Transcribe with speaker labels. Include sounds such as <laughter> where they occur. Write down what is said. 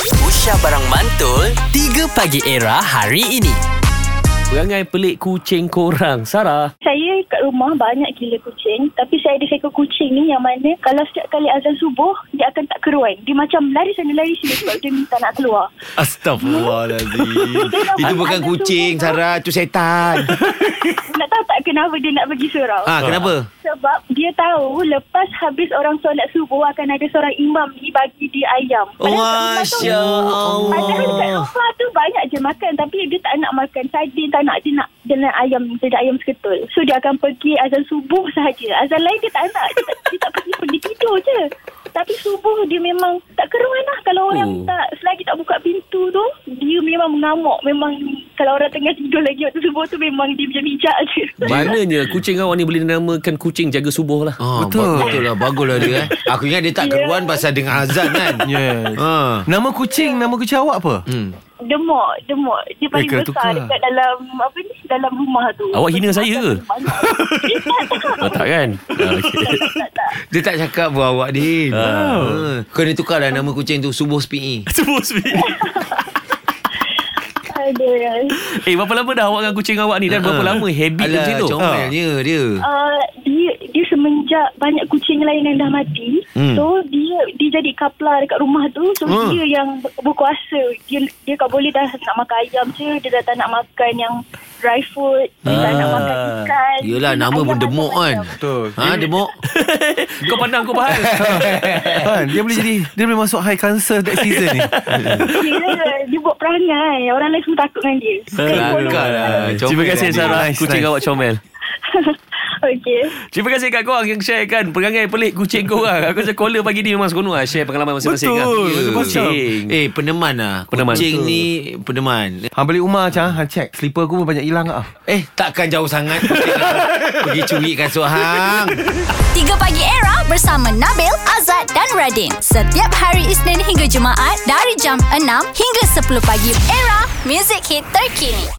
Speaker 1: Aisyah Barang Mantul 3 Pagi Era hari ini
Speaker 2: Perangai pelik kucing korang Sarah
Speaker 3: Saya kat rumah banyak gila kucing Tapi saya ada seekor kucing ni yang mana Kalau setiap kali azan subuh Dia akan tak keruan Dia macam lari sana lari sini Sebab dia minta nak keluar
Speaker 4: Astaghfirullahalazim. Itu bukan
Speaker 3: Ada
Speaker 4: kucing
Speaker 3: suruh.
Speaker 4: Sarah, itu setan.
Speaker 3: Nak tahu tak kenapa dia nak pergi surau
Speaker 4: Ah, kenapa?
Speaker 3: Sebab dia tahu Lepas habis orang solat subuh Akan ada seorang imam ni Bagi dia ayam Padahal kat rumah tu-
Speaker 4: Masya
Speaker 3: Padahal kat
Speaker 4: Allah.
Speaker 3: rumah tu banyak je makan Tapi dia tak nak makan sardin Tak nak dia nak dia nak ayam Dia nak ayam seketul So dia akan pergi azan subuh sahaja Azan lain dia tak nak Dia tak, dia tak pergi pun dia tidur je Tapi subuh dia memang tak keruan lah Kalau orang
Speaker 2: Oh.
Speaker 3: tak Selagi tak buka pintu tu Dia memang mengamuk Memang Kalau orang tengah tidur lagi waktu subuh tu Memang dia bijak-bijak je
Speaker 2: Mananya kucing awak ni boleh dinamakan kucing jaga subuh lah
Speaker 4: Ah, betul. Ba- betul lah, baguslah dia eh. Aku ingat dia tak keruan pasal dengar azan
Speaker 2: <laughs>
Speaker 4: kan. <laughs>
Speaker 5: Yes.
Speaker 4: Ha.
Speaker 5: Nama kucing, nama kucing awak apa?
Speaker 4: Hmm.
Speaker 3: Demok Demok Dia paling
Speaker 5: kena
Speaker 3: besar
Speaker 5: tukar.
Speaker 3: Dekat dalam Apa ni Dalam rumah tu
Speaker 2: Awak hina saya ke?
Speaker 3: Banyak. Eh,
Speaker 2: Ah, tak kan? Ah, okay.
Speaker 3: tak, tak, tak.
Speaker 4: Dia tak cakap buat awak Din. Ha. Kena tukarlah nama kucing tu Subuh E. Spi'i.
Speaker 2: Semua sepi.
Speaker 3: Ada
Speaker 2: <laughs> Eh, berapa lama dah awak dengan kucing awak ni? Dan berapa lama habit dia
Speaker 4: Ah. Alah,
Speaker 2: macam tu? Ah.
Speaker 4: Comelnya dia.
Speaker 3: Uh, dia dia semenjak banyak kucing lain yang dah mati hmm.
Speaker 4: Hmm.
Speaker 3: so dia dia jadi kapla dekat rumah tu so
Speaker 4: Hmm.
Speaker 3: dia yang ber- berkuasa dia dia tak boleh dah nak makan ayam je dia dah tak nak makan yang dry food dia tak nak
Speaker 2: Ah.
Speaker 3: makan ikan
Speaker 4: Yelah,
Speaker 3: Dia nak
Speaker 4: nama
Speaker 3: ayam
Speaker 4: pun demok kan.
Speaker 3: macam-macam.
Speaker 5: Betul.
Speaker 4: Ha, demok.
Speaker 2: Kau pandang kau Ah. bahas.
Speaker 5: Ha, dia boleh jadi dia boleh masuk high cancer that season ni. Ha,
Speaker 3: dia, dia buat perangai orang lain semua takut dengan dia
Speaker 4: Kelakar lah. Comel
Speaker 2: Terima kasih
Speaker 4: lah dia.
Speaker 2: Sarah
Speaker 5: Nice,
Speaker 2: Kucing
Speaker 5: nice.
Speaker 2: awak comel
Speaker 3: Okay
Speaker 2: Terima kasih kat korang Yang sharekan Perangai pelik kucing korang Aku rasa caller pagi ni Memang seronok lah Share pengalaman masing-masing
Speaker 5: Betul.
Speaker 2: kan?
Speaker 5: Betul,
Speaker 2: Kucing
Speaker 4: Eh, peneman lah.
Speaker 2: Peneman.
Speaker 4: Kucing ni peneman.
Speaker 5: Hang balik rumah macam hang Ha, check slipper aku pun banyak hilang ah.
Speaker 4: Eh, takkan jauh sangat kucing pergi curi kasut hang.
Speaker 6: 3 Pagi Era bersama Nabil, Azad dan Radin. Setiap hari Isnin hingga Jumaat dari jam 6 hingga 10 pagi. Era, music hit terkini.